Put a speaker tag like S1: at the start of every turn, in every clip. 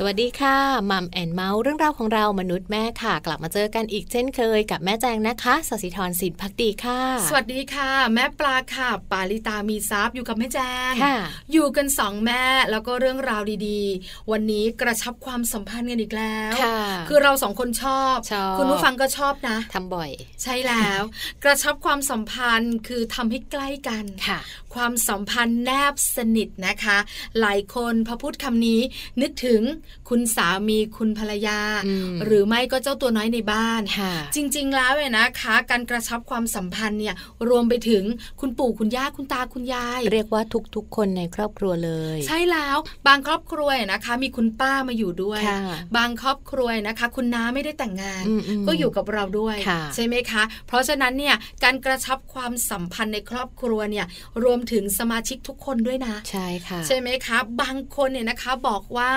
S1: สวัสดีค่ะมัมแอนเมาส์เรื่องราวของเรามนุษย์แม่ค่ะ กลับมาเจอกันอีกเช่นเคยกับแม่แจงนะคะสศิธรสินพักดีค่ะ
S2: สวัสดีค่ะ แม่ปลาค่ะ ปาลิตามีซับอยู่กับแม่แจง
S1: ค่ะ
S2: อยู่กันสองแม่แล้วก็เรื่องราวดีๆ วันนี้กระชับความสัมพันธ์กันอีกแล้ว
S1: ค่ะ
S2: อเราสองคนชอบ
S1: ชอบ
S2: คุณผู้ฟังก็ชอบนะ
S1: ทำบ่อย
S2: ใช่แล้ว กระชับความสัมพันธ์คือทำให้ใกล้กัน
S1: ค่ะ
S2: ความสัมพันธ์แนบสนิทนะคะ หลายคนพอพูดคำนี้นึกถึงคุณสามีคุณภรรยา
S1: อืม
S2: หรือไม่ก็เจ้าตัวน้อยในบ้าน
S1: ค่ะ
S2: จริงๆ แล้วเนี่ยนะคะ การกระชับความสัมพันธ์เนี่ยรวมไปถึงคุณปู่คุณย่าคุณตาคุณยาย
S1: เรียกว่าทุกๆ คนในครอบครัวเลย
S2: ใช่แล้วบางครอบครัวเนี่ยนะคะ มีคุณป้ามาอยู่ด้วย
S1: ค่ะ
S2: บางครอบครัวนะคะ คุณน้าไม่ได้แต่งงาน
S1: อืมอืม
S2: ก็อยู่กับเราด้วย
S1: ค่ะ
S2: ใช่ไหมคะ เพราะฉะนั้นเนี่ยการกระชับความสัมพันธ์ในครอบครัวเนี่ยรวมถึงสมาชิกทุกคนด้วยนะ
S1: ใช่ค่ะ
S2: ใช่ไหมคะบางคนเนี่ยนะคะบอกว่า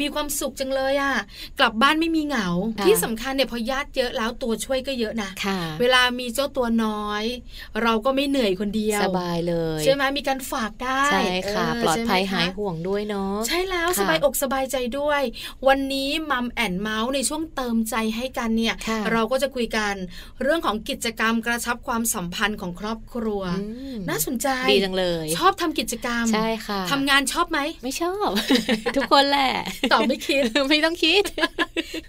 S2: มีความสุขจังเลยอะ่ะกลับบ้านไม่มีเหงา
S1: ค่ะ
S2: ที่สำคัญเนี่ยพอญาติเยอะแล้วตัวช่วยก็เยอะนะ
S1: ค่ะ
S2: เวลามีเจ้าตัวน้อย เราก็ไม่เหนื่อยคนเดียว
S1: สบายเลย
S2: ใช่ไหมมีการฝากได้
S1: ใช่ค่ะ
S2: เ
S1: ปลอดภัย
S2: ใช่ไมคะ
S1: หายห่วงด้วยเนาะ
S2: ใช่แล้ว
S1: ค่ะ
S2: สบายอกสบายใจด้วย วันนี้มัมแอนเมาส์ในช่วงเติมใจให้กันเนี่ย
S1: ค่ะ
S2: เราก็จะคุยกันเรื่องของกิจกรรมกระชับความสัมพันธ์ของครอบครัว
S1: อืม
S2: น่าสนใจ
S1: ดีจังเลย
S2: ชอบทำกิจกรรม
S1: ใช่ค่ะ
S2: ทำงานชอบไหม
S1: ไม่ชอบ ทุกคนแหละ
S2: ตอบไม่คิด
S1: ไม่ต้องคิด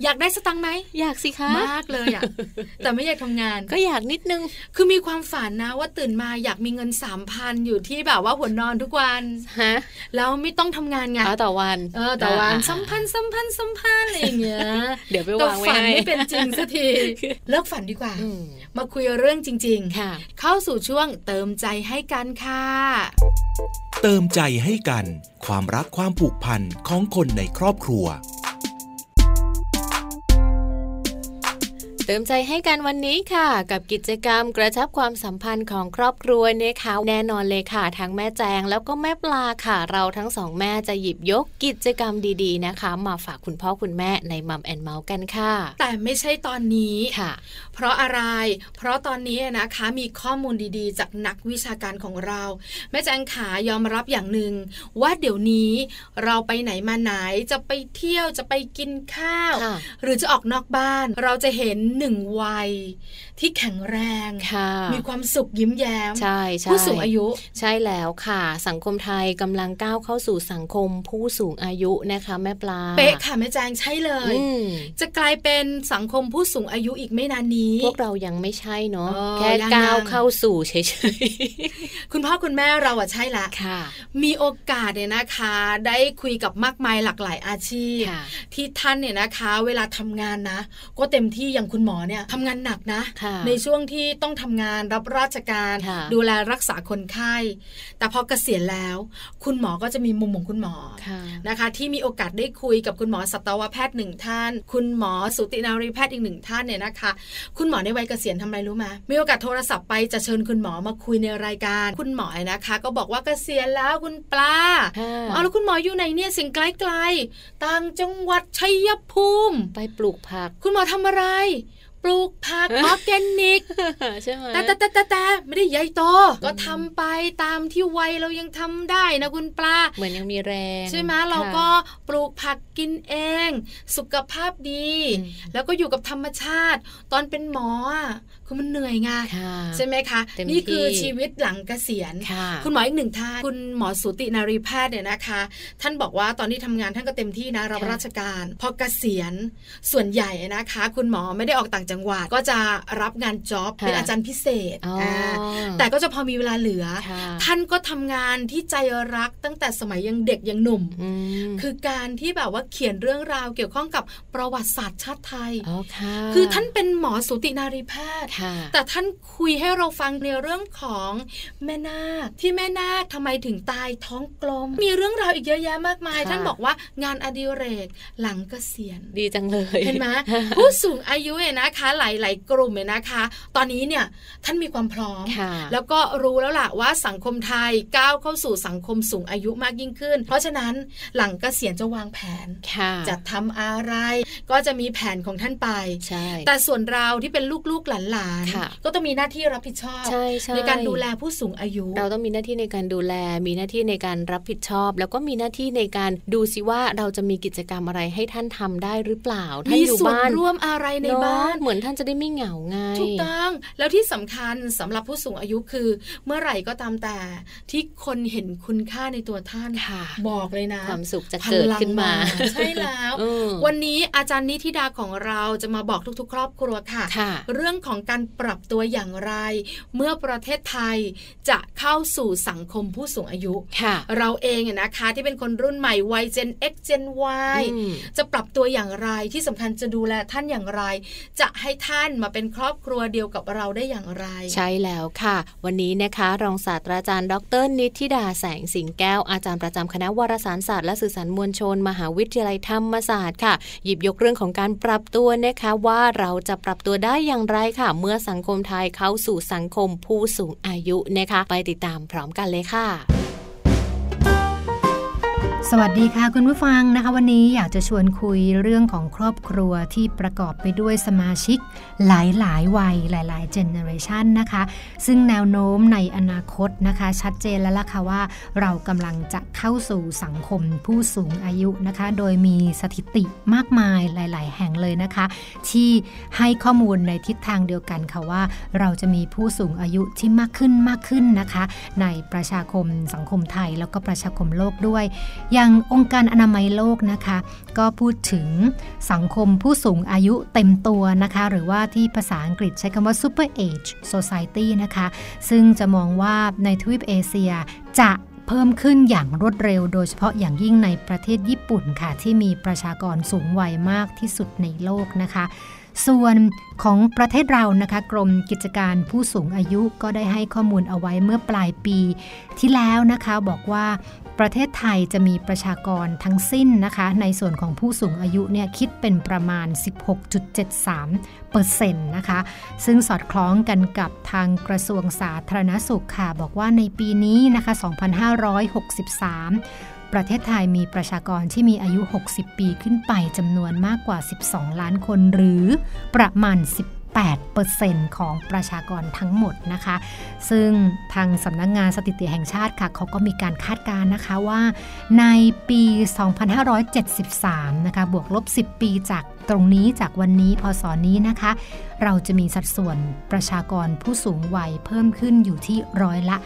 S2: อยากได้สตังค์ไหม
S1: อยากสิคะ
S2: มากเลยอ่ะ แต่ไม่อยากทำงาน
S1: ก็อยากนิดนึง
S2: คือมีความฝันนะว่าตื่นมาอยากมีเงินสามพันอยู่ที่แบบว่าหัวนอนทุกวัน
S1: ฮะ
S2: แล้วไม่ต้องทำงานไง
S1: เอาต่อวัน
S2: เออแต่วัน
S1: อ่
S2: สัมพันธ์สัมพันธ์สัมพันธ์อะไรอย่าง เงี้ย
S1: เดี๋ยวไป
S2: แต่
S1: วางไว้
S2: ฝัน
S1: ให้
S2: ไม่เป็นจริงสักทีเลิกฝันดีกว่า
S1: อืม
S2: มาคุยเรื่องจริง
S1: ค่ะ
S2: ๆ เข้าสู่ช่วงเติมใจให้กันค่ะ
S3: เติมใจให้กัน ความรักความผูกพันของคนในครอบครัว
S1: เติมใจให้กันวันนี้ค่ะ กับกิจกรรมกระชับความสัมพันธ์ของครอบครัวนะคะแน่นอนเลยค่ะทั้งแม่แจงแล้วก็แม่ปลาค่ะ เราทั้งสองแม่จะหยิบยกกิจกรรมดีๆนะคะ มาฝากคุณพ่อคุณแม่ในมัมแอนเมาส์กันค่ะ
S2: แต่ไม่ใช่ตอนนี้
S1: ค่ะ
S2: เพราะอะไร เพราะตอนนี้นะคะมีข้อมูลดีๆ จากนักวิชาการของเรา แม่แจงขายอมรับอย่างหนึ่งว่าเดี๋ยวนี้เราไปไหนมาไหนจะไปเที่ยวจะไปกินข้าว
S1: ค่ะ
S2: หรือจะออกนอกบ้าน เราจะเห็นหนึ่งวัยที่แข็งแรง
S1: ค่ะ
S2: มีความสุขยิ้มแย้ม
S1: ใช่ใช่
S2: ผู้สูงอายุ
S1: ใช่แล้วค่ะ สังคมไทยกำลังก้าวเข้าสู่สังคมผู้สูงอายุนะคะ แม่ปลา
S2: เป๊ะค่ะแม่แจงใช่เลย
S1: อืม
S2: จะกลายเป็นสังคมผู้สูงอายุอีกไม่นานนี้
S1: พวกเรายังไม่ใช่เนาะ
S2: เออ
S1: แค่
S2: ยัง
S1: ก้าว
S2: ๆ
S1: เข้าสู่เฉย
S2: คุณพ่อคุณแม่เราอะใช่ละ
S1: ๆค่ะ
S2: มีโอกาสเนี่ยนะคะ ได้คุยกับมากมายหลากหลายอาชีพ
S1: ค่ะ
S2: ที่ท่านเนี่ยนะคะ เวลาทำงานนะ ก็เต็มที่อย่างคุณหมอเนี่ยทำงานหนักนะ
S1: ค่ะ
S2: ในช่วงที่ต้องทำงานรับราชการ
S1: ค่ะ
S2: ดูแลรักษาคนไข้ แต่พอเกษียณแล้ว คุณหมอก็จะมีมุมของคุณหมอ
S1: ค่ะ
S2: นะคะ ที่มีโอกาสได้คุยกับคุณหมอสัตวแพทย์หนึ่งท่าน คุณหมอสูตินารีแพทย์อีกหนึ่งท่านเนี่ยนะคะ คุณหมอในวัยเกษียณทำอะไรรู้ไหมมีโอกาสโทรศัพท์ไปจะเชิญคุณหมอมาคุยในรายการ คุณหมอนะคะ ก็บอกว่าเกษียณแล้วคุณปลา
S1: ค่ะ
S2: เอาแล้วคุณหมออยู่ไหนเนี่ยเสียงไกลๆต่างจังหวัดชัยภูมิ
S1: ไปปลูกผัก
S2: คุณหมอทำอะไร ปลูกผัก ออร์แกนิก
S1: ใช่ไหม
S2: แต่แต่แต่แต่แต่ไม่ได้ใหญ่โตก็ทำไปตามที่วัยเรายังทำได้นะคุณปลา
S1: เหมือนยังมีแรง
S2: ใช่ไหมเราก็ปลูกผักกินเอง สุขภาพดี
S1: อืม
S2: แล้วก็อยู่กับธรรมชาติ ตอนเป็นหมออะคือมันเหนื่อยไง
S1: ค่ะ
S2: ใช่ไหมคะ
S1: เต็ม
S2: นี่คือ
S1: ที่
S2: ชีวิตหลังเกษียณ
S1: ค่ะ
S2: คุณหมออีกหนึ่งท่านคุณหมอสูตินารีแพทย์เนี่ยนะคะ ท่านบอกว่าตอนที่ทำงานท่านก็เต็มที่นะรับราชการ พอเกษียณส่วนใหญ่นะคะ คุณหมอไม่ได้ออกต่างจังหวัด ก็จะรับงานจ็อบเป็นอาจารย์พิเศษ
S1: อ๋อ
S2: อ่าแต่ก็จะพอมีเวลาเหลือ
S1: ค่ะ
S2: ท่านก็ทำงานที่ใจรักตั้งแต่สมัยยังเด็กยังหนุ่ม
S1: อืม
S2: คือการที่แบบว่าเขียนเรื่องราวเกี่ยวข้องกับประวัติศาสตร์ชาติไทย
S1: อค่ะ
S2: คือท่านเป็นหมอสูตินารีแพทย์
S1: ค่ะ
S2: แต่ท่านคุยให้เราฟังในเรื่องของแม่นาคที่แม่นาคทำไมถึงตายท้องกลม มีเรื่องราวอีกเยอะแยะมากมาย
S1: ค่ะ
S2: ท่านบอกว่างานอดิเรกหลังเกษียณ
S1: ดีจังเลย
S2: เห็น ไหม ผู้สูงอายุเนี่ยนะคะ หลายๆ กลุ่มเนี่ยนะคะ ตอนนี้เนี่ยท่านมีความพร้อม
S1: ค่ะ
S2: แล้วก็รู้แล้วล่ะว่าสังคมไทยก้าวเข้าสู่สังคมสูงอายุมากยิ่งขึ้น เพราะฉะนั้นหลังเกษียณจะวางแผน
S1: ค่ะ
S2: จะทำอะไร ก็จะมีแผนของท่านไป
S1: ใช่
S2: แต่ส่วนเราที่เป็นลูกๆหล าร
S1: ค่ะ
S2: ก็ต้องมีหน้าที่รับผิดชอบ
S1: ใช่ใช่
S2: ในการดูแลผู้สูงอายุ
S1: เราต้องมีหน้าที่ในการดูแล มีหน้าที่ในการรับผิดชอบ แล้วก็มีหน้าที่ในการดูซิว่าเราจะมีกิจกรรมอะไรให้ท่านทำได้หรือเปล่าท่าน
S2: มี
S1: อยู่
S2: ส่วน
S1: บ้าน
S2: ร่วมอะไรใน
S1: เอะ
S2: บ้าน
S1: เหมือนท่านจะได้ไม่เหงาไง
S2: ถูกต้องแล้วที่สำคัญสำหรับผู้สูงอายุคือ เมื่อไหร่ก็ตามแต่ ที่คนเห็นคุณค่าในตัวท่าน
S1: ค่ะ
S2: บอกเลยนะ
S1: ความสุขจะ
S2: พ
S1: เกิด
S2: ลัง
S1: ขึ้นมา
S2: ใช่แล้ว
S1: เออ
S2: วันนี้อาจารย์นิธิดาของเราจะมาบอกทุกๆ ครอบครัวค่ะ
S1: ค่ะ
S2: เรื่องของการปรับตัวอย่างไร เมื่อประเทศไทยจะเข้าสู่สังคมผู้สูงอายุ
S1: ค่ะ
S2: เราเองอะนะคะที่เป็นคนรุ่นใหม่วัย Gen X Gen Y
S1: อืม
S2: จะปรับตัวอย่างไรที่สำคัญจะดูแลท่านอย่างไร จะให้ท่านมาเป็นครอบครัวเดียวกับเราได้อย่างไร
S1: ใช่แล้วค่ะ วันนี้นะคะรองศาสตราจารย์ ดร นิติดาแสงสิงแก้ว อาจารย์ประจำคณะวารสารศาสตร์และสื่อสารมวลชน มหาวิทยาลัยธรรมศาสตร์ค่ะ หยิบยกเรื่องของการปรับตัวนะคะ ว่าเราจะปรับตัวได้อย่างไรค่ะ เมื่อสังคมไทยเข้าสู่สังคมผู้สูงอายุนะคะ ไปติดตามพร้อมกันเลยค่ะ
S4: สวัสดีค่ะคุณผู้ฟังนะคะ วันนี้อยากจะชวนคุยเรื่องของครอบครัวที่ประกอบไปด้วยสมาชิกหลายหลายๆวัยหลายๆเจเนอเรชันนะคะ ซึ่งแนวโน้มในอนาคตนะคะ ชัดเจนแล้วล่ะค่ะว่า เรากำลังจะเข้าสู่สังคมผู้สูงอายุนะคะ โดยมีสถิติมากมายหลาย ๆ แห่งเลยนะคะ ที่ให้ข้อมูลในทิศทางเดียวกันค่ะว่า เราจะมีผู้สูงอายุที่มากขึ้นมากขึ้นนะคะ ในประชาคมสังคมไทยแล้วก็ประชาคมโลกด้วย อย่างองค์การอนามัยโลกนะคะ ก็พูดถึงสังคมผู้สูงอายุเต็มตัวนะคะ หรือว่าที่ภาษาอังกฤษใช้คำว่า super age society นะคะ ซึ่งจะมองว่าในทวีปเอเชียจะเพิ่มขึ้นอย่างรวดเร็ว โดยเฉพาะอย่างยิ่งในประเทศญี่ปุ่นค่ะ ที่มีประชากรสูงวัยมากที่สุดในโลกนะคะ ส่วนของประเทศเรานะคะ กรมกิจการผู้สูงอายุก็ได้ให้ข้อมูลเอาไว้เมื่อปลายปี ที่แล้วนะคะบอกว่าประเทศไทยจะมีประชากรทั้งสิ้นนะคะ ในส่วนของผู้สูงอายุเนี่ยคิดเป็นประมาณ 16.73เปอร์เซ็นต์นะคะ ซึ่งสอดคล้องกันกับทางกระทรวงสาธารณสุขค่ะ บอกว่าในปีนี้นะคะ 2563 ประเทศไทยมีประชากรที่มีอายุ 60 ปีขึ้นไปจำนวนมากกว่า 12 ล้านคนหรือประมาณ 18%ของประชากรทั้งหมดนะคะ ซึ่งทางสำนักงานสถิติแห่งชาติค่ะเขาก็มีการคาดการณ์นะคะว่า ในปี 2573 นะคะ บวกลบ 10 ปีจากตรงนี้จากวันนี้พศนี้นะคะ เราจะมีสัดส่วนประชากรผู้สูงวัยเพิ่มขึ้นอยู่ที่ร้อยละ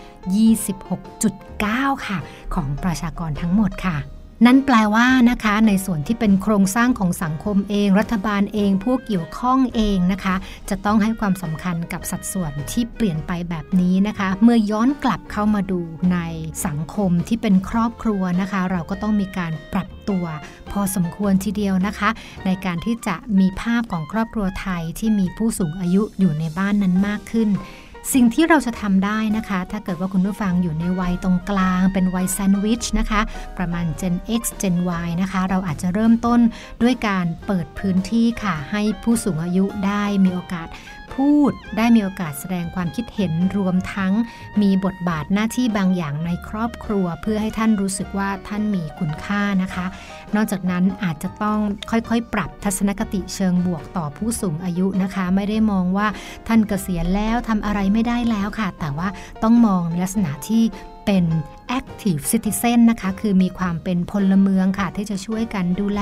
S4: 26.9 ค่ะ ของประชากรทั้งหมดค่ะ นั่นแปลว่านะคะในส่วนที่เป็นโครงสร้างของสังคมเอง รัฐบาลเองผู้เกี่ยวข้องเองนะคะ จะต้องให้ความสำคัญกับสัดส่วนที่เปลี่ยนไปแบบนี้นะคะ เมื่อย้อนกลับเข้ามาดูในสังคมที่เป็นครอบครัวนะคะ เราก็ต้องมีการปรับตัว พอสมควรทีเดียวนะคะ ในการที่จะมีภาพของครอบครัวไทยที่มีผู้สูงอายุอยู่ในบ้านนั้นมากขึ้น สิ่งที่เราจะทำได้นะคะ ถ้าเกิดว่าคุณผู้ฟังอยู่ในวัยตรงกลาง เป็นวัยแซนด์วิชนะคะ ประมาณ Gen X Gen Y นะคะ เราอาจจะเริ่มต้นด้วยการเปิดพื้นที่ค่ะ ให้ผู้สูงอายุได้มีโอกาสพูด ได้มีโอกาสแสดงความคิดเห็นรวมทั้ง มีบทบาทหน้าที่บางอย่างในครอบครัว เพื่อให้ท่านรู้สึกว่าท่านมีคุณค่านะคะ นอกจากนั้นอาจจะต้องค่อยๆ ปรับทัศนคติเชิงบวกต่อผู้สูงอายุนะคะ ไม่ได้มองว่าท่านเกษียณแล้วทำอะไรไม่ได้แล้วค่ะ แต่ว่าต้องมองในลักษณะที่เป็น active citizen นะคะ คือมีความเป็นพลเมืองค่ะ ที่จะช่วยกันดูแล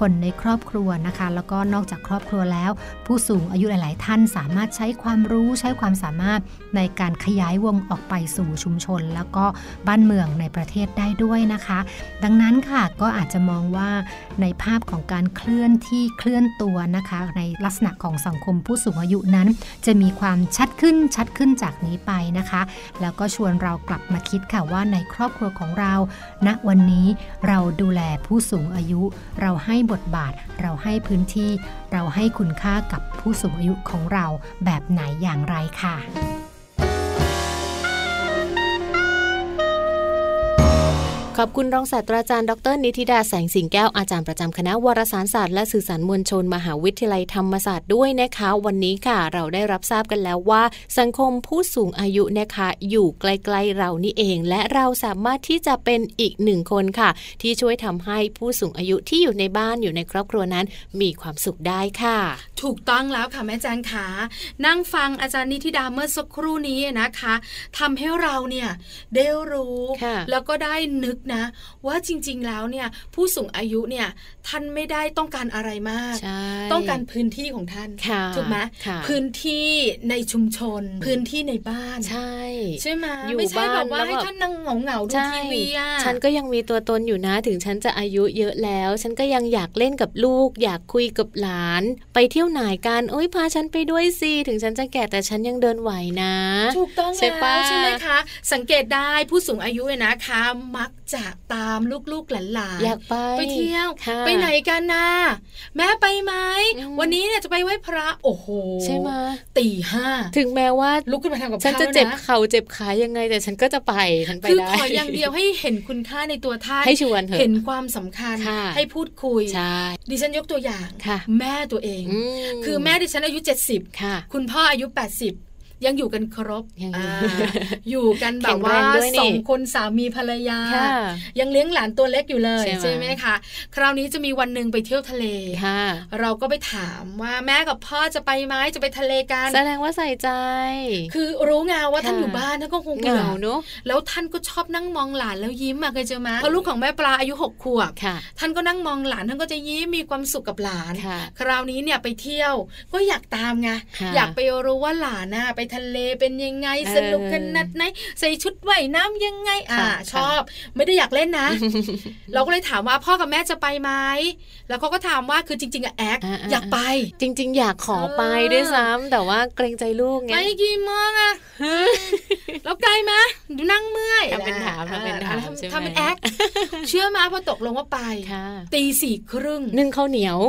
S4: คนในครอบครัวนะคะ แล้วก็นอกจากครอบครัวแล้ว ผู้สูงอายุหลาย ๆ ท่านสามารถใช้ความรู้ใช้ความสามารถในการขยายวงออกไปสู่ชุมชน แล้วก็บ้านเมืองในประเทศได้ด้วยนะคะ ดังนั้นค่ะก็อาจจะมองว่าในภาพของการเคลื่อนที่เคลื่อนตัวนะคะ ในลักษณะของสังคมผู้สูงอายุนั้น จะมีความชัดขึ้นชัดขึ้นจากนี้ไปนะคะ แล้วก็ชวนเรากลับมาคิดค่ะว่าในครอบครัวของเรา ณวันนี้เราดูแลผู้สูงอายุ เราให้บทบาท เราให้พื้นที่ เราให้คุณค่ากับผู้สูงอายุของเราแบบไหนอย่างไรค่ะ
S1: ขอบคุณรองศาสตราจารย์ดรนิติดาแสงสิงแก้วอาจารย์ประจำคณะวารสารศาสตร์และสื่อสารมวลชน มหาวิทยาลัยธรรมศาสตร์ด้วยนะคะ วันนี้ค่ะ เราได้รับทราบกันแล้วว่า สังคมผู้สูงอายุนะคะ อยู่ใกล้ๆเรานี่เอง และเราสามารถที่จะเป็นอีกหนึ่งคนค่ะ ที่ช่วยทำให้ผู้สูงอายุที่อยู่ในบ้านอยู่ในครอบครัวนั้น มีความสุขได้ค่ะ
S2: ถูกต้องแล้วค่ะแม่แจงขานั่งฟังอาจารย์นิธิดาเมื่อสักครู่นี้นะคะทำให้เราเนี่ยได้รู้
S1: ค่ะ
S2: แล้วก็ได้นึกนะ ว่าจริงๆแล้วเนี่ยผู้สูงอายุเนี่ยท่านไม่ได้ต้องการอะไรมาก
S1: ใช่
S2: ต้องการพื้นที่ของท่าน
S1: ค่ะ
S2: ถูกไหม
S1: ค่ะ
S2: พื้นที่ในชุมชน พื้นที่ในบ้าน
S1: ใช่
S2: ใช่ไหม
S1: อยู่
S2: ไม่ใช่แบบ
S1: บ้าน
S2: ว่า
S1: แล้ว
S2: ให้
S1: แบบ
S2: ท่านนั่งเหงาๆดู
S1: ใช่
S2: ทีวีอ่ะ
S1: ฉันก็ยังมีตัวตนอยู่นะ ถึงฉันจะอายุเยอะแล้ว ฉันก็ยังอยากเล่นกับลูก อยากคุยกับหลาน ไปเที่ยวไหนกันโอ้ยพาฉันไปด้วยสิ ถึงฉันจะแก่แต่ฉันยังเดินไหวนะ
S2: ถูกต้อง
S1: ใช่
S2: แล้ว
S1: ปะ
S2: ใช่ไหมคะ สังเกตได้ผู้สูงอายุเนี่ยนะคะ มักจะตามลูกๆหลาน
S1: อยากไป
S2: ๆไปเที่ยว
S1: ค่ะ
S2: ไปไหนกันนะแม่ไปไหม
S1: อืม
S2: วันนี้เนี่ยจะไปไหว้พระ โอ้โห
S1: ใช่ไหม
S2: ตีห้า
S1: ถึงแม้ว่า
S2: ลุกขึ้นมาทำกับ
S1: ฉัน
S2: ข้าว
S1: จะ
S2: แล้ว
S1: เจ็บเข่าเจ็บขายังไงแต่ฉันก็จะไปฉันไป
S2: คือ
S1: ได้
S2: ขออย่างเดียวให้เห็นคุณค่าในตัวท่าน
S1: ให้ชวนเถอะ
S2: เห็นความสำคัญ
S1: ค่ะ
S2: ให้พูดคุย
S1: ใช่
S2: ดิฉันยกตัวอย่าง
S1: ค่ะ
S2: แม่ตัวเอง
S1: อืม
S2: คือแม่ดิฉันอายุ 70
S1: ค่ะ
S2: คุณพ่ออายุ 80 ยังอยู่กันครบ
S1: ยังอยู่
S2: อ่า อยู่กันแบบ
S1: แข็
S2: ว่าง
S1: แรงด้วยนี่
S2: สองคนสามีภรรยา
S1: ค่ะ
S2: ยังเลี้ยงหลานตัวเล็กอยู่เลย
S1: ใช่ไหม
S2: ไหมคะ คราวนี้จะมีวันหนึ่งไปเที่ยวทะเล
S1: ค่ะ
S2: เราก็ไปถามว่าแม่กับพ่อจะไปไหมจะไปทะเลกัน
S1: แสดงว่าใส่ใจ
S2: คือรู้ไงว่าท่าน
S1: ค่ะ
S2: อยู่บ้านท่านก็คง
S1: เห
S2: เบื่อง
S1: าเนอะ
S2: แล้วท่านก็ชอบนั่งมองหลานแล้วยิ้มอะเคยเจอไหมพอลูกของแม่ปลาอายุหกขวบ
S1: ค่ะ
S2: ท่านก็นั่งมองหลานท่านก็จะยิ้มมีความสุขกับหลาน
S1: ค่ะ
S2: คราวนี้เนี่ยไปเที่ยวก็อยากตามไง
S1: ค่ะ
S2: อยากไปรู้ว่าหลานน่ะไปทะเลเป็นยังไง
S1: เออ
S2: สนุกขนาดไหนใส่ชุดว่ายน้ำยังไง อ่า
S1: ค่ะ
S2: ชอบ ไม่ได้อยากเล่นนะ เราก็เลยถามว่าพ่อกับแม่จะไปไหมแล้วเขาก็ถามว่าคือจริง ๆอะแอค
S1: อ่าๆ
S2: อยากไป
S1: จริง ๆ อยากขอไปด้วยซ้ำแต่ว่าเกรงใจลูกไง
S2: ไปกี่โมงอะแล้วไกลไหมดูนั่งเมื่อย
S1: ทำเป็นถาม
S2: อ่
S1: ทำเป็นถาม
S2: ทำ
S1: ใช่ไหม
S2: ทำเป็นแอ คเชื่อมาพอตกลงว่าไป
S1: ค่ะ
S2: ตีสี่ครึ่ง
S1: นึ่งข้าวเหนียว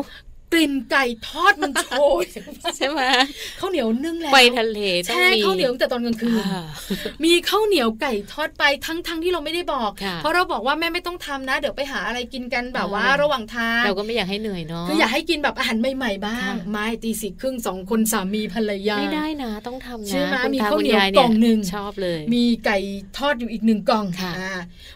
S2: กลิ่นไก่ทอดมันโช ย
S1: ใช่ไหม
S2: ข้าวเหนียวนึ่งแล้ว
S1: ไปทะเลต้อง
S2: แช่
S1: มี
S2: ข้าวเหนียวตั้งแต่ตอนกลางคืน
S1: อ่า
S2: มีข้าวเหนียวไก่ทอดไปทั้งทั้งที่เราไม่ได้บอก
S1: ค่ะ
S2: เพราะเราบอกว่าแม่ไม่ต้องทำนะ เดี๋ยวไปหาอะไรกินกันแบบ
S1: อ่า
S2: ว่าระหว่างทาง
S1: เราก็ไม่อยากให้เหนื่อยเนาะ
S2: คืออยากให้กินแบบอาหารใหม่ๆบ้าง
S1: ค่ะ
S2: ไม่ตีสี่ครึ่งสองคนสามีภรรยา
S1: ไม่ได้นะต้องทำ
S2: ใช่
S1: นะ
S2: ไหม
S1: คุณ
S2: มี
S1: ต
S2: ข้าว
S1: คุณ
S2: เหนียวย
S1: ายเนี่
S2: กล่
S1: ย
S2: องหนึ่ง
S1: ชอบเลย
S2: มีไก่ทอดอยู่อีกหนึ่งกล่อง
S1: ค่ะ
S2: อ่า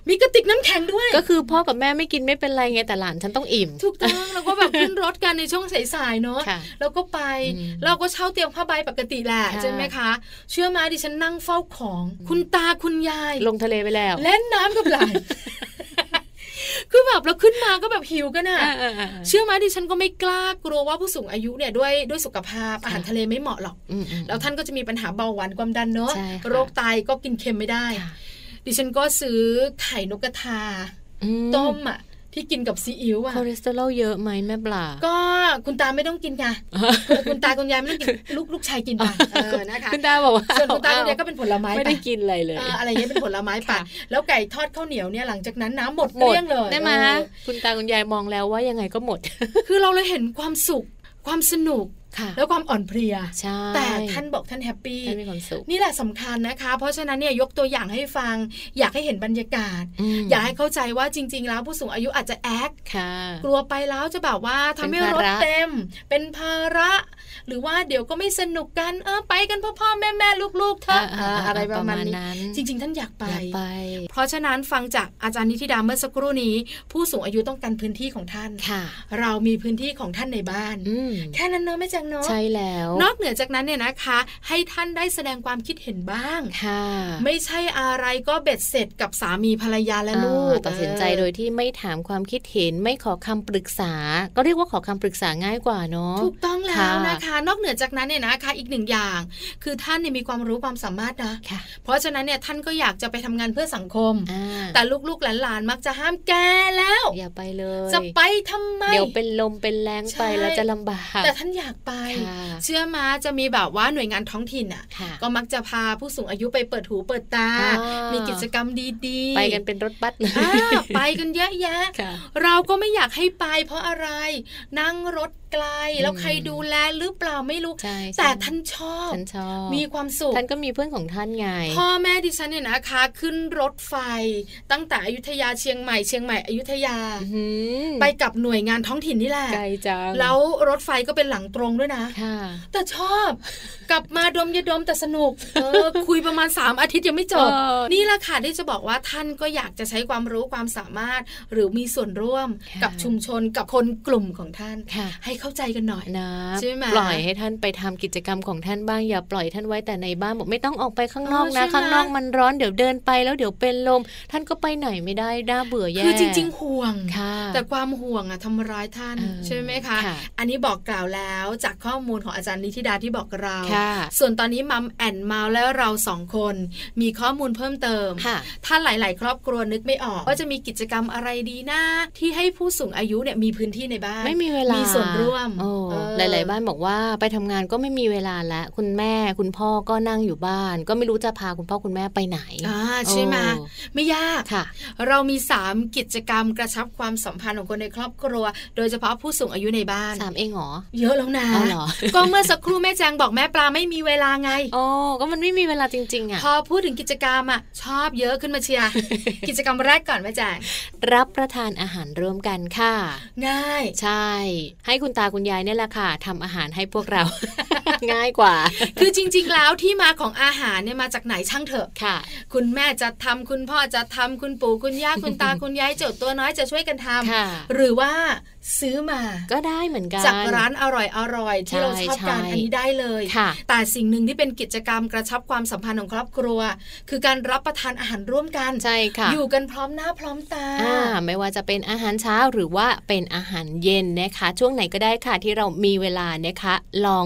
S2: มีกระติกน้ำแข็งด้วย
S1: ก็คือพ่อกับแม่ไม่กินไม่เป็นไรไงแต่หลานฉันต้องอิ่ม
S2: ถูกต้องเราก็แบบ ขึ้นรถกันในช่วงสายๆเนาะ
S1: ค่ะ
S2: แล้วก็ไป
S1: อืม
S2: เราก็เช่าเตียงผ้าใบปกติแหละ
S1: ค่ะ
S2: ใช่ไหมคะ เชื่อไหมดิฉันนั่งเฝ้าของ คุณตาคุณยาย
S1: ลงทะเลไปแล้ว
S2: เล่นน้ำ กับหลาน คือแบบเราขึ้นมาก็แบบหิวกันอะ
S1: อ่าๆๆ
S2: เชื่อไหมดิฉันก็ไม่กล้ากลัวว่าผู้สูงอายุเนี่ยด้วยด้วยสุขภาพอาหารทะเลไม่เหมาะหรอก
S1: อืมๆ
S2: แล้วท่านก็จะมีปัญหาเบาหวานความดันเนอะ
S1: ใช่ค่ะ
S2: โรคไตก็กินเค็มไม่ได้
S1: ค่ะ
S2: ดิฉันก็ซื้อไข่นกกระทา
S1: อื
S2: ต้มอ่ะ ที่กินกับซีอิ๊วอ่ะ
S1: คอเลสเตอรอลเยอะไหมแม่ปลา
S2: ก็คุณตาไม่ต้องกิน ไงเออคุณตาคุณยายไม่ต้องกินลูกลูกชายกินไปเออนะคะ
S1: คุณตาบอกว่า
S2: ส่วนคุณตาคุณยายก็เป็นผลไม้
S1: ไม่
S2: ไป
S1: ได้กินอะไรเลย
S2: เอออะไรเงี้ยเป็นผลไม้ไป
S1: ค่ะ
S2: แล้วไก่ทอดข้าวเหนียวเนี่ยหลังจากนั้นน้ำหมด
S1: หม
S2: เก
S1: ด
S2: ลี้ยงเลย
S1: ได้ไหม
S2: เออ
S1: คุณตาคุณยายมองแล้วว่ายังไงก็หมด
S2: คือเราเลยเห็นความสุข ความสนุก
S1: ค่ะ
S2: แล้วความอ่อนเพลีย
S1: ใช่
S2: แต่ท่านบอกท่านแฮปปี้
S1: ท่านมีความสุข
S2: นี่แหละสำคัญนะคะ เพราะฉะนั้นเนี่ยยกตัวอย่างให้ฟัง อยากให้เห็นบรรยากาศ
S1: ม
S2: อยากให้เข้าใจว่าจริง ๆ แล้วผู้สูงอายุอาจจะแอค
S1: ค่ะ
S2: กลัวไปแล้วจะแบบว่าทำให้
S1: เป็น
S2: ร
S1: ภา
S2: ถ
S1: ระ
S2: เต็ม เป็นภาระ หรือว่าเดี๋ยวก็ไม่สนุกกันเออไปกันพ่อพ่อๆแม่แม่ๆลูกๆเถอะ
S1: อ่าๆ
S2: อะไรประมาณนี้
S1: นั้น
S2: จริง ๆ ท่านอยากไป
S1: อยากไป
S2: เพราะฉะนั้นฟังจากอาจารย์นิติดาเมื่อสักครู่นี้ ผู้สูงอายุต้องการพื้นที่ของท่าน
S1: ค่ะ
S2: เรามีพื้นที่ของท่านในบ้าน
S1: อืม
S2: แค่นั้นเนอะแม่แจงเนอะ
S1: ใช่แล้ว
S2: นอกเหนือจากนั้นเนี่ยนะคะ ให้ท่านได้แสดงความคิดเห็นบ้าง
S1: ค่ะ
S2: ไม่ใช่อะไรก็เบ็ดเสร็จกับสามีภรรยาและลูก
S1: อ่าตัดสินใจโดยที่ไม่ถามความคิดเห็นไม่ขอคำปรึกษา ก็เรียกว่าขอคำปรึกษาง่ายกว่าเนาะ
S2: ถูกต้องแล้ว
S1: ค่ะ
S2: นะคะ นอกเหนือจากนั้นเนี่ยนะคะ อีกหนึ่งอย่าง คือท่านเนี่ยมีความรู้ความสามารถนะ
S1: ค่ะ
S2: เพราะฉะนั้นเนี่ยท่านก็อยากจะไปทำงานเพื่อสังคม
S1: อ่า
S2: แต่ลูกๆหลานๆมักจะห้ามแกแล้ว
S1: อย่าไปเลย
S2: จะไปทำไม
S1: เดี๋ยวเป็นลมเป็นแรงไป
S2: ใช่
S1: แล้วจะลำบาก
S2: แต่ท่านอยากไป
S1: ค่ะ
S2: เชื่อมาจะมีแบบว่าหน่วยงานท้องถิ่นอ่ะ
S1: ค่ะ
S2: ก็มักจะพาผู้สูงอายุไปเปิดหูเปิดตา
S1: อ่ามี
S2: มีกิจกรรมดีๆ
S1: ไปกันเป็นรถบัสเลย
S2: อ่าไปกันเยอะแยะ
S1: ค่ะ
S2: เราก็ไม่อยากให้ไปเพราะอะไร นั่งรถ กล แล้วใคร
S1: อืม
S2: ดูแลหรือเปล่าไม่รู้
S1: ใช่ใช่
S2: แต่ท่านชอบ
S1: ท่านชอบ
S2: มีความสุข
S1: ท่านก็มีเพื่อนของท่านไง
S2: พ่อแม่ดิฉันเนี่ยนะคะ ขึ้นรถไฟ ตั้งแต่อยุธยาเชียงใหม่เชียงใหม่อยุธยา
S1: อื้อหือ
S2: ไปกับหน่วยงานท้องถิ่นนี่แหละ
S1: ไกลจัง
S2: แล้วรถไฟก็เป็นหลังตรงด้วยนะ
S1: ค่ะ
S2: แต่ชอบ กลับมาดมยาดมแต่สนุกเออ คุยประมาณ 3 อาทิตย์ยังไม่จบ
S1: เออ
S2: นี่แหละค่ะที่จะบอกว่าท่านก็อยากจะใช้ความรู้ความสามารถ หรือมีส่วนร่วม
S1: ค่ะ
S2: กับชุมชนกับคนกลุ่มของท่าน
S1: ค่ะ
S2: ให้เข้าใจกันหน่อย
S1: นะ
S2: ใช่ไหม
S1: ปล่อยให้ท่านไปทำกิจกรรมของท่านบ้างอย่าปล่อยท่านไว้แต่ในบ้านบอกไม่ต้องออกไปข้างนอก
S2: เออใช่
S1: นะ
S2: ไหม
S1: ข้างนอกมันร้อนเดี๋ยวเดินไปแล้วเดี๋ยวเป็นลม ท่านก็ไปไหนไม่ได้น่าเบื่อแย่
S2: คือจริง ๆ ห่วง
S1: ค่ะ
S2: แต่ความห่วงอะทำร้ายท่าน
S1: เออ
S2: ใช่ไหมคะ
S1: ค่ะ
S2: อันนี้บอกกล่าวแล้วจากข้อมูลของอาจารย์นิธิดาที่บอกเรา
S1: ค่ะ
S2: ส่วนตอนนี้มัมแอนเมาส์แล้วเราสองคน มีข้อมูลเพิ่มเติม
S1: ค่ะ
S2: ถ้าหลาย ๆ ครอบครัวนึกไม่ออกว่าจะมีกิจกรรมอะไรดีนะที่ให้ผู้สูงอายุเนี่ยมีพื้นที่ในบ้าน
S1: ไม่มีเวลามี
S2: ส่วนร่วมเออ
S1: หลาย ๆ บ้านบอกว่าไปทำงานก็ไม่มีเวลาแล้วคุณแม่คุณพ่อก็นั่งอยู่บ้าน ก็ไม่รู้จะพาคุณพ่อคุณแม่ไปไหน
S2: อ่าใช่ไหม
S1: โอ้
S2: ไม่ยาก
S1: ค่ะ
S2: เรามี 3 กิจกรรมกระชับความสัมพันธ์ของคนในครอบครัว โดยเฉพาะผู้สูงอายุในบ้าน
S1: สามเองเหรอ
S2: เยอะแล้วนะ
S1: เอาเหรอ
S2: ก็เมื่อสักครู่แม่แจงบอกแม่ปลาไม่มีเวลาไง
S1: โอ้ก็มันไม่มีเวลาจริง ๆ อ่ะ
S2: พอพูดถึงกิจกรรมอ่ะชอบเยอะขึ้นมาเชียร์ กิจกรรมแรกก่อนแม่แจง
S1: รับประทานอาหารร่วมกันค่ะ
S2: ง่าย
S1: ใช่ ให้คุณตาคุณยายเนี่ยแหละค่ะทำอาหารให้พวกเรา ง่ายกว่า
S2: คือจริง ๆ แล้วที่มาของอาหารเนี่ยมาจากไหนช่างเถอะ
S1: ค่ะ
S2: คุณแม่จะทำคุณพ่อจะทำคุณปู่คุณย่าคุณตา คุณยายเจ้าตัวน้อยจะช่วยกันทำ
S1: ค่ะ
S2: หรือว่าซื้อมา
S1: ก็ได้เหมือนกัน
S2: จากร้านอร่อยอร่อยๆที่
S1: ใช่
S2: เราชอบกัน
S1: ใช่
S2: อันนี้ได้เลย
S1: ค่ะ
S2: แต่สิ่งหนึ่งที่เป็นกิจกรรมกระชับความสัมพันธ์ของครอบครัว คือการรับประทานอาหารร่วมกัน
S1: ใช่ค่ะ
S2: อยู่กันพร้อมหน้าพร้อมตา
S1: อ่าไม่ว่าจะเป็นอาหารเช้าหรือว่าเป็นอาหารเย็นนะคะ ช่วงไหนก็ได้ค่ะที่เรามีเวลานะคะ ลอง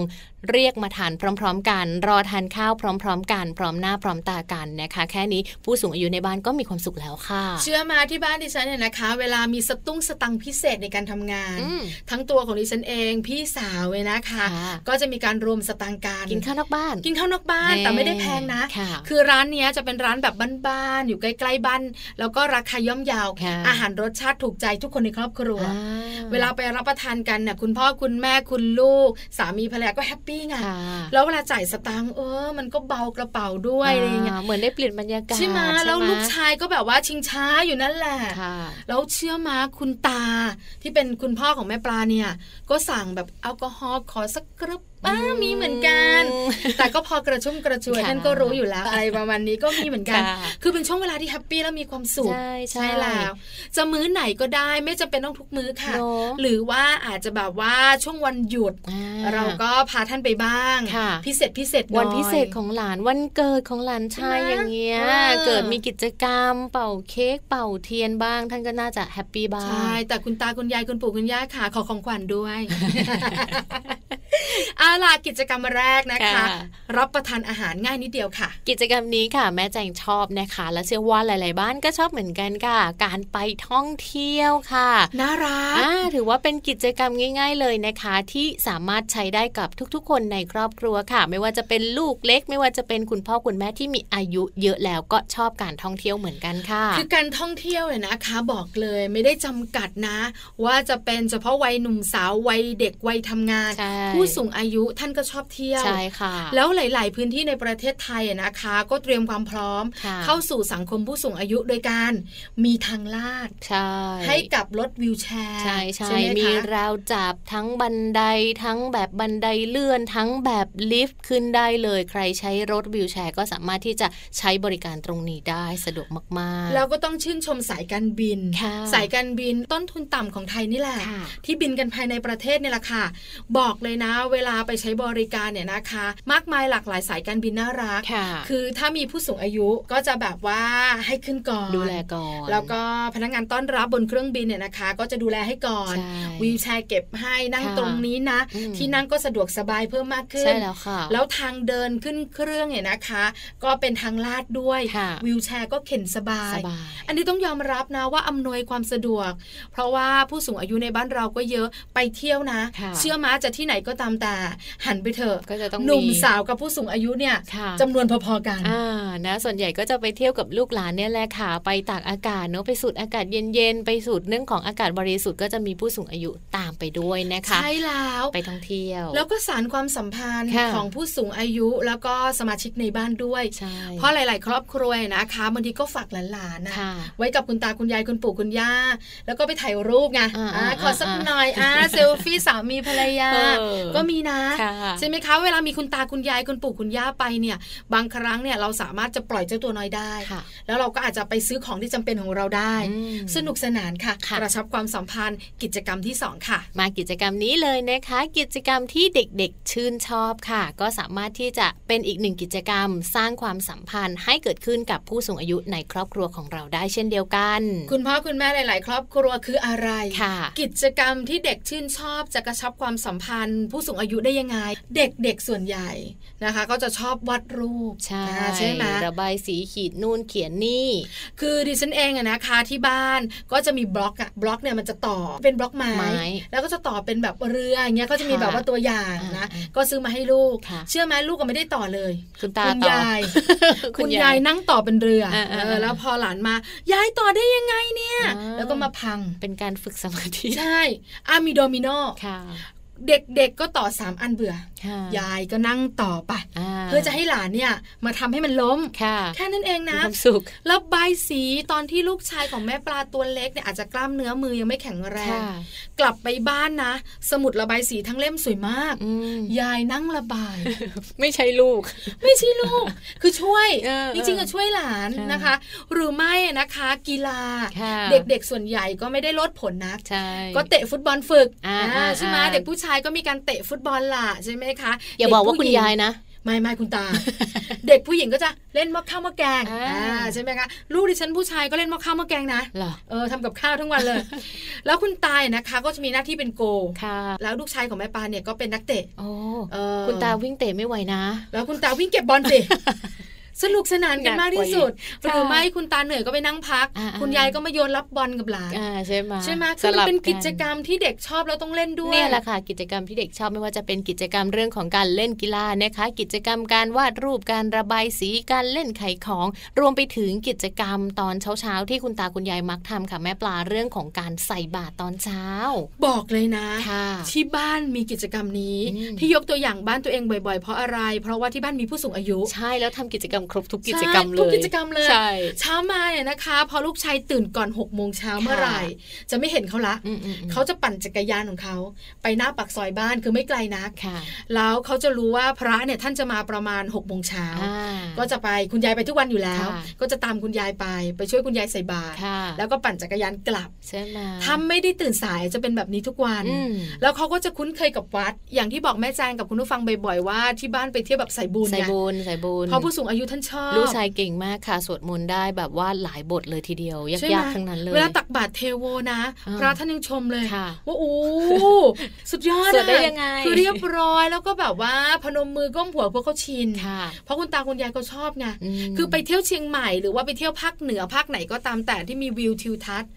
S1: เรียกมาทานพร้อม ๆ กัน รอทานข้าวพร้อม ๆ กันพร้อมหน้าพร้อมตากันนะคะ แค่นี้ผู้สูงอายุในบ้านก็มีความสุขแล้วค่ะ
S2: เชื่อมาที่บ้านดิฉันเนี่ยนะคะ เวลามีสตุ้งสตังค์พิเศษในการทำงาน
S1: อืม
S2: ทั้งตัวของดิฉันเองพี่สาวเลยนะคะ
S1: ค่ะ
S2: ก็จะมีการรวมสตังค์กัน
S1: กินข้าวนอกบ้าน
S2: กินข้าวนอกบ้านแต่ไม่ได้แพงนะ
S1: ค่ะ
S2: คือร้านเนี้ยจะเป็นร้านแบบบ้านๆอยู่ใกล้ๆบ้านแล้วก็ราคาย่อมเยาว
S1: ค่ะ
S2: อาหารรสชาติถูกใจทุกคนในครอบครัว
S1: อ่า
S2: เวลาไปรับประทานกันเนี่ยคุณพ่อคุณแม่คุณลูก สามีภรรยาก็แฮปปี้ไง
S1: ค่ะ
S2: แล้วเวลาจ่ายสตังค์เออ มันก็เบากระเป๋าด้วยอะไรอย่างเงี้ย
S1: าเหมือนได้เปลี่ยนบรรยากาศ
S2: ใช่ไหมแล้วลูกชายก็แบบว่าชิงช้าอยู่นั่นแหละ
S1: ค่ะ
S2: แล้วเชื่อมาคุณตาที่เป็นคุณพ่อของแม่ปลาเนี่ย ก็สั่งแบบแอลกอฮอล์ขอสักกรึบอ่ามีเหมือนกัน แต่ก็พอกระชุ่มกระชวย
S1: ค่ะ
S2: ท่านก็รู้อยู่แล้วอะไรประมาณนี้ก็มีเหมือนกัน
S1: ค่ะ
S2: คือเป็นช่วงเวลาที่แฮปปี้แล้วมีความสุข
S1: ใช่ใช่
S2: แล้วจะมื้อไหนก็ได้ไม่จำเป็นต้องทุกมื้อค่ะ
S1: เนอะ
S2: หรือว่าอาจจะแบบว่าช่วงวันหยุด
S1: อ่
S2: เราก็พาท่านไปบ้าง
S1: ค่ะ
S2: พิเศษพิเศษหน่อย
S1: วันพิเศษของหลานวันเกิดของหลานชาย
S2: ใช่ไหม
S1: อย่างเงี้ย
S2: เออ
S1: เกิดมีกิจกรรม เป่าเค้กเป่าเทียนบ้าง ท่านก็น่าจะแฮปปี้บ้าง
S2: ใช่แต่คุณตาคุณยายคุณปู่คุณย่าค่ะ ขอของขวัญด้วย เอาล่ะกิจกรรมแรกนะคะ รับประทานอาหารง่ายนิดเดียวค่ะ
S1: กิจกรรมนี้ค่ะ แม่แจงชอบนะคะ และเชื่อว่าหลาย ๆ บ้านก็ชอบเหมือนกันค่ะ การไปท่องเที่ยวค่ะ
S2: น่ารัก
S1: อ่าถือว่าเป็นกิจกรรมง่าย ๆ เลยนะคะ ที่สามารถใช้ได้กับทุกๆ คนในครอบครัวค่ะ ไม่ว่าจะเป็นลูกเล็ก ไม่ว่าจะเป็นคุณพ่อคุณแม่ที่มีอายุเยอะแล้วก็ชอบการท่องเที่ยวเหมือนกันค่ะ
S2: คือการท่องเที่ยวเนี่ยนะคะ บอกเลยไม่ได้จำกัดนะ ว่าจะเป็นเฉพาะวัยหนุ่มสาววัยเด็กวัยทำงาน
S1: ใช่
S2: ผู้สูงอายุท่านก็ชอบเที่ยว
S1: ใช่ค่ะ
S2: แล้วหลาย ๆ พื้นที่ในประเทศไทยอะนะคะ ก็เตรียมความพร้อม
S1: ค่ะ
S2: เข้าสู่สังคมผู้สูงอายุโดยการมีทางลาด
S1: ใช่
S2: ให้กับรถวิวแชร์
S1: ใช่ใช่
S2: ไหคะ
S1: มีราวจับทั้งบันไดทั้งแบบบันไดเลื่อนทั้งแบบลิฟต์ขึ้นได้เลย ใครใช้รถวิวแชร์ ก็สามารถที่จะใช้บริการตรงนี้ได้สะดวกมาก
S2: เราก็ต้องชื่นชมสายการบิน
S1: ค่ะ
S2: สายการบินต้นทุนต่ำของไทยนี่แหละ
S1: ค่ะ
S2: ที่บินกันภายในประเทศเนี่ยแหละค่ะ บอกเลยนะ เวลาไปใช้บริการเนี่ยนะคะ มากมายหลากหลายสายการบินน่ารัก
S1: ค่ะ
S2: อถ้ามีผู้สูงอายุก็จะแบบว่าให้ขึ้นก่อน
S1: ๆ ดูแลก่อน
S2: แล้วก็พนักงานต้อนรับบนเครื่องบินเนี่ยนะคะ ก็จะดูแลให้ก่อน
S1: ใช่
S2: วีลแชร์เก็บให้นั่ง
S1: ค่ะ
S2: ตรงนี้นะ
S1: อืม
S2: ที่นั่งก็สะดวกสบายเพิ่มมากขึ้น
S1: ใช่แล้วค่ะ
S2: แล้วทางเดินขึ้นเครื่องเนี่ยนะคะ ก็เป็นทางลาดด้วย
S1: ค่ะ
S2: วิวแชร์ก็เข็นสบาย
S1: สบาย
S2: อันนี้ต้องยอมรับนะว่าอำนวยความสะดวก เพราะว่าผู้สูงอายุในบ้านเราก็เยอะไปเที่ยวนะ
S1: ค่ะ
S2: เชื่อมาจะที่ไหนก็ตามแต่ หันไปเถอะ
S1: ก็จะต้อง
S2: หนุ่ม
S1: มี
S2: สาวกับผู้สูงอายุเนี่ย
S1: ค่ะ
S2: จำนวนพอๆกัน
S1: อ่านะส่วนใหญ่ก็จะไปเที่ยวกับลูกหลานเนี่ยแหละค่ะ ไปตากอากาศเนอะไปสูดอากาศเย็นๆ ไปสูดเรื่องของอากาศบริสุทธิ์ก็จะมีผู้สูงอายุตาม ไปด้วยนะคะ
S2: ใช่แล้ว
S1: ไปท่องเที่ยว
S2: แล้วก็สารความสัมพันธ์
S1: ค่ะ
S2: ของผู้สูงอายุแล้วก็สมาชิกในบ้านด้วย
S1: ใช่
S2: เพราะหลาย ๆ ครอบครัวนะคะบางทีก็ฝากหลานๆนะ
S1: ค่ะ
S2: ไว้กับคุณตาคุณยายคุณปู่คุณย่า แล้วก็ไปถ่ายรูปไง
S1: อ่า
S2: อ่า
S1: อ่า
S2: ขอสัก
S1: อ่า
S2: หน่อยอ่าเซลฟี่สามีภรรยา
S1: เออ
S2: ก็มีนะ
S1: ค่ะ
S2: ใช่ไหมคะ เวลามีคุณตาคุณยายคุณปู่คุณย่าไปเนี่ย บางครั้งเนี่ยเราสามารถจะปล่อยเจ้าตัวน้อยได้
S1: ค่ะ
S2: แล้วเราก็อาจจะไปซื้อของที่จำเป็นของเราได้
S1: อืม
S2: สนุกสนานค่ะ
S1: ค่ะ
S2: กระชับความสัมพันธ์กิจกรรมที่สองค่ะ
S1: มากิจกรรมนี้เลยนะคะ กิจกรรมที่เด็กๆ ชื่นชอบค่ะ ก็สามารถที่จะเป็นอีกหนึ่งกิจกรรม สร้างความสัมพันธ์ให้เกิดขึ้นกับผู้สูงอายุในครอบครัวของเราได้เช่นเดียวกัน
S2: คุณพ่อคุณแม่หลาย ๆ ครอบครัวคืออะไร
S1: ค่ะ
S2: กิจกรรมที่เด็กชื่นชอบจะกระชับความสัมพันธ์ ผู้สูงอายุได้ยังไง เด็ก ๆ ส่วนใหญ่นะคะ ก็จะชอบวาดรูป
S1: ใช่
S2: อ่าใช่ไหม
S1: ระบายสีขีดนู่นเขียนนี่
S2: คือดิฉันเองอะนะคะที่บ้านก็จะมีบล็อกอะบล็อกเนี่ยมันจะต่อเป็นบล็อกไม้
S1: ไม้
S2: แล้วก็จะต่อเป็นแบบเรืออย่างเงี้ยก็จะมี
S1: ค่ะ
S2: แบบว่าตัวอย่างนะ
S1: อ่า
S2: ก็ซื้อมาให้ลูก
S1: ค่ะ
S2: เชื่อไหมลูกก็ไม่ได้ต่อเลย
S1: คุณตา
S2: คุณ
S1: ต่อ
S2: ยาย คุณยายนั่งต่อเป็นเรืออา
S1: อ่า
S2: เออแล้วพอหลานมายายต่อได้ยังไงเนี่ย
S1: อ่า
S2: แล้วก็มาพัง
S1: เป็นการฝึกสมาธิ
S2: ใช่อามีโดมิโน
S1: ค่ะ
S2: เด็กๆก็ต่อสามอันเบื่อ
S1: ค่ะ
S2: ยายก็นั่งต่อไป
S1: า
S2: เพื่อจะให้หลานเนี่ยมาทำให้มันล้ม
S1: ค่ะ
S2: แค่นั้นเอง
S1: มี
S2: นะ
S1: ความสุข
S2: แล้วใบายสีตอนที่ลูกชายของแม่ปลาตัวเล็กเนี่ยอาจจะกล้ามเนื้อมือยังไม่แข็งแรง
S1: ค่ะ
S2: กลับไปบ้านนะ สมุดระบายสีทั้งเล่มสวยมาก
S1: อืม
S2: ยายนั่งระ บาย
S1: ไม่ใช่ลูก
S2: ไม่ใช่ลูก คือช่วย
S1: เออ
S2: จริงๆก็ช่วยหลาน
S1: ค่ะ
S2: นะคะ หรือไม่อะนะคะ กีฬา
S1: ค่ะ
S2: เด็กๆส่วนใหญ่ก็ไม่ได้ลดผลนัก
S1: ใช่
S2: ก็เตะฟุตบอลฝึก
S1: อ่า
S2: อ่าใช่ไหม
S1: อ่า
S2: เด็กผู้ชายก็มีการเตะฟุตบอลล่ะใช่ไหมคะ
S1: อย่าบอกว่า
S2: เด็
S1: คุณ
S2: ผู้หญิง
S1: ยายนะ
S2: ไม่ไม่ คุณตา เด็กผู้หญิงก็จะเล่นหมะข้าวหมะแกง
S1: อ่า
S2: อ่าใช่ไหมคะลูกดิฉันผู้ชายก็เล่นหมะข้าวหมะแกงนะ
S1: เหรอ
S2: เออทำกับข้าวทั้งวัน เลย แล้วคุณตายนะคะ ก็จะมีหน้าที่เป็นโกล
S1: ค่ะ
S2: แล้วลูกชายของแม่ปลาเนี่ยก็เป็นนักเตะ
S1: โอ้
S2: เออ
S1: คุณตาวิ่งเตะไม่ไหวนะ
S2: แล้วคุณตาวิ่งเก็บบอล สิ สนุกสนานกันมากที่สุด
S1: หนักกว่าอีกค่ะ
S2: หรือไม่คุณตาเหนื่อยก็ไปนั่งพัก
S1: อ่า
S2: คุณยายก็มาโยนรับบอลกับหลาน
S1: อ่าใช่ไหม
S2: ใช่ไหม
S1: ส
S2: คือมัน
S1: ลับ
S2: เป็นกิจกรรมที่เด็กชอบแล้วต้องเล่นด้วย
S1: เนี่ยแหละค่ะ กิจกรรมที่เด็กชอบไม่ว่าจะเป็นกิจกรรมเรื่องของการเล่นกีฬานะคะ กิจกรรมการวาดรูปการระบายสีการเล่นไขของ รวมไปถึงกิจกรรมตอนเช้าๆที่คุณตาคุณยายมักทำค่ะแม่ปลาเรื่องของการใส่บาตรตอนเช้า
S2: บอกเลยนะ
S1: ค่ะ
S2: ที่บ้านมีกิจกรรมนี้
S1: อืม
S2: ที่ยกตัวอย่างบ้านตัวเองบ่อยๆ เพราะอะไร เพราะว่าที่บ้านมีผู้สูงอายุ
S1: ใช่แล้วทำกิจกรรมครบทุกกิจกรรมเลย
S2: ใช่ทุกกิจกรรมเลย
S1: ใช่
S2: เช้ามาเนี่ยนะคะ พอลูกชายตื่นก่อน6กโมงเช้าเมื่อไหร่ จะไม่เห็นเขาละ
S1: อืมอืมอืม
S2: เขาจะปั่นจักรยานของเขา ไปหน้าปากซอยบ้านคือไม่ไกลนัก
S1: ค่ะ
S2: แล้วเขาจะรู้ว่าพระเนี่ยท่านจะมาประมาณ6กโมงเช้า
S1: อ่า
S2: ก็จะไปคุณยายไปทุกวันอยู่แล้ว
S1: ค่ะ
S2: ก็จะตามคุณยายไป ไปช่วยคุณยายใส่บาตร
S1: ค่ะ
S2: แล้วก็ปั่นจักรยานกลับ
S1: ใช่ไหม
S2: ถ้าไม่ได้ตื่นสายจะเป็นแบบนี้ทุกวัน
S1: อืม
S2: แล้วเขาก็จะคุ้นเคยกับวัด อย่างที่บอกแม่แจงกับคุณผู้ฟังบ่อยๆว่าที่บ้านไปเที่ยวแบบใส่บุญ
S1: ใส่
S2: ไง
S1: บุญใส่บุญ
S2: เพราะผู้สูงอายุท่านชอบ
S1: ลูกชายเก่งมากค่ะ สวดมนต์ได้แบบว่าหลายบทเลยทีเดียว ย
S2: ใช่ไหมา
S1: ๆทั้งนั้นเลย
S2: เวลาตักบาตรเทโวนะ
S1: อ่า
S2: พระท่านยังชมเลย
S1: ค่ะ
S2: ว่าโอ้ สุดยอด
S1: สวดได้
S2: อะ
S1: ยังไง
S2: คือเรียบร้อยแล้วก็แบบว่าพนมมือก้มหัวเพราะเขาชิน
S1: ค่ะ
S2: เพราะคุณตาคุณยายก็ชอบไง
S1: ม
S2: คือไปเที่ยวเชียงใหม่หรือว่าไปเที่ยวภาคเหนือภาคไหนก็ตามแต่ที่มีวิวทิวทัศน์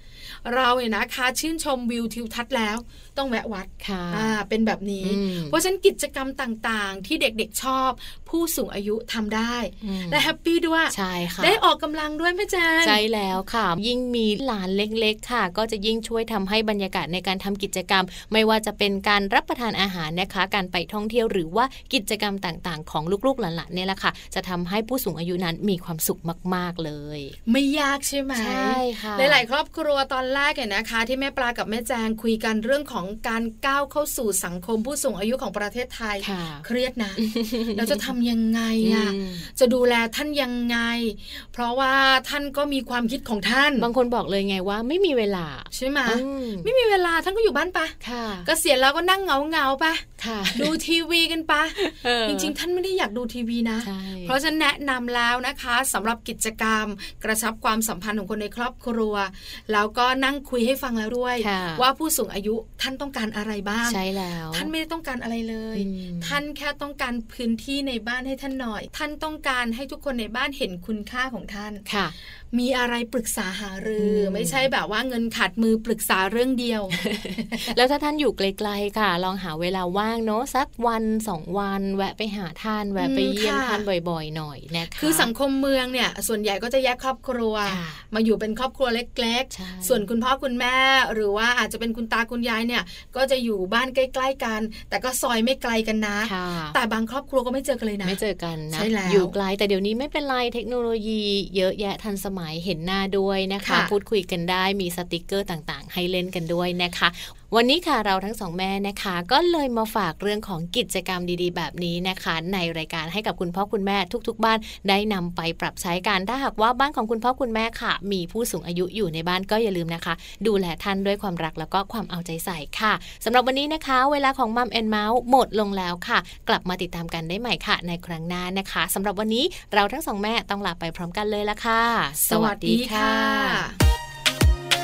S2: เราเนี่ยนะคะชื่นชมวิวทิวทัศน์แล้ว ต้องแวะวัด
S1: ค่ะ
S2: อ่าเป็นแบบนี้
S1: อืม
S2: เพราะฉะนั้นกิจกรรมต่างๆ ที่เด็กๆชอบ ผู้สูงอายุทำได้
S1: อืม
S2: และแฮปปี้ด้วย
S1: ใช่ค่ะ
S2: ได้ออกกำลังด้วยแม่แจน
S1: ใช่แล้วค่ะ ยิ่งมีหลานเล็กๆ ค่ะ ก็จะยิ่งช่วยทำให้บรรยากาศในการทำกิจกรรม ไม่ว่าจะเป็นการรับประทานอาหารนะคะ การไปท่องเที่ยวหรือว่ากิจกรรมต่างๆ ของลูกๆหลานๆเนี่ยแหละค่ะ จะทำให้ผู้สูงอายุนั้นมีความสุขมากๆเลย
S2: ไม่ยากใช่ไหม
S1: ใช่ค่ะ
S2: หลายๆ ครอบครัวตอนแรกเนี่ยนะคะ ที่แม่ปลากับแม่แจงคุยกันเรื่องของการก้าวเข้าสู่สังคมผู้สูงอายุของประเทศไทย
S1: ค่ะ
S2: เครียด นะ เราจะทำยังไงอะ
S1: อืม
S2: จะดูแลท่านยังไง เพราะว่าท่านก็มีความคิดของท่าน
S1: บางคนบอกเลยไงว่าไม่มีเวลา
S2: ใช่ไหม
S1: อืม
S2: ไม่มีเวลาท่านก็อยู่บ้านปะ
S1: ค่ะ
S2: เกษียณแล้วก็นั่งเหงาเงาๆปะ
S1: ค่ะ
S2: ดูทีวีกันปะ
S1: เออ
S2: จริงๆ ท่านไม่ได้อยากดูทีวีนะ
S1: ใช่
S2: เพราะฉันแนะนำแล้วนะคะสำหรับกิจกรรม กระชับความสัมพันธ์ของคนในครอบครัว แล้วก็นั่งคุยให้ฟังแล้วด้วย
S1: ค่ะ
S2: ว่าผู้สูงอายุท่านต้องการอะไรบ้าง
S1: ใช่แล้ว
S2: ท่านไม่ได้ต้องการอะไรเลย
S1: อืม
S2: ท่านแค่ต้องการพื้นที่ใน บ้านให้ท่านหน่อย ท่านต้องการให้ทุกคนในบ้านเห็นคุณค่าของท่าน
S1: ค่ะ
S2: มีอะไรปรึกษาหารือ
S1: ม
S2: ไม่ใช่แบบว่าเงินขาดมือปรึกษาเรื่องเดียว
S1: แล้วถ้าท่านอยู่ไกลๆค่ะ ลองหาเวลาว่างเนาะสักวันสองวันแวะไปหาท่านแวะไป
S2: อืม
S1: เยี่ยม
S2: ค่ะ
S1: ท่านบ่อยๆ หน่อยนะคะ
S2: คือสังคมเมืองเนี่ยส่วนใหญ่ก็จะแยกครอบครัว
S1: ค่ะ
S2: มาอยู่เป็นครอบครัวเล็ก
S1: ใช่
S2: ๆ ส่วนคุณพ่อคุณแม่ หรือว่าอาจจะเป็นคุณตาคุณยายเนี่ย ก็จะอยู่บ้านใกล้ ๆกัน แต่ก็ซอยไม่ไกลกันนะ
S1: ค่ะ
S2: แต่บางครอบครัวก็ไม่เจอกันเลยนะ
S1: ไม่เจอกันนะ
S2: ใช่แล้ว
S1: อยู่ไกลแต่เดี๋ยวนี้ไม่เป็นไรเทคโนโลยีเยอะแยะทันสมัยเห็นหน้าด้วยนะคะ
S2: ค่ะ
S1: พูดคุยกันได้มีสติกเกอร์ต่างๆ ให้เล่นกันด้วยนะคะ วันนี้ค่ะเราทั้งสองแม่นะคะ ก็เลยมาฝากเรื่องของกิจกรรมดีๆ แบบนี้นะคะ ในรายการให้กับคุณพ่อคุณแม่ทุกๆ บ้านได้นำไปปรับใช้กันถ้าหากว่าบ้านของคุณพ่อคุณแม่ค่ะ มีผู้สูงอายุอยู่ในบ้านก็อย่าลืมนะคะ ดูแลท่านด้วยความรักแล้วก็ความเอาใจใส่ค่ะสำหรับวันนี้นะคะ เวลาของมัมแอนเมาส์หมดลงแล้วค่ะ กลับมาติดตามกันได้ใหม่ค่ะ ในครั้งหน้านะคะสำหรับวันนี้เราทั้งสองแม่ต้องลาไปพร้อมกันเลยละค่ะ
S2: สวัสดีค่ะ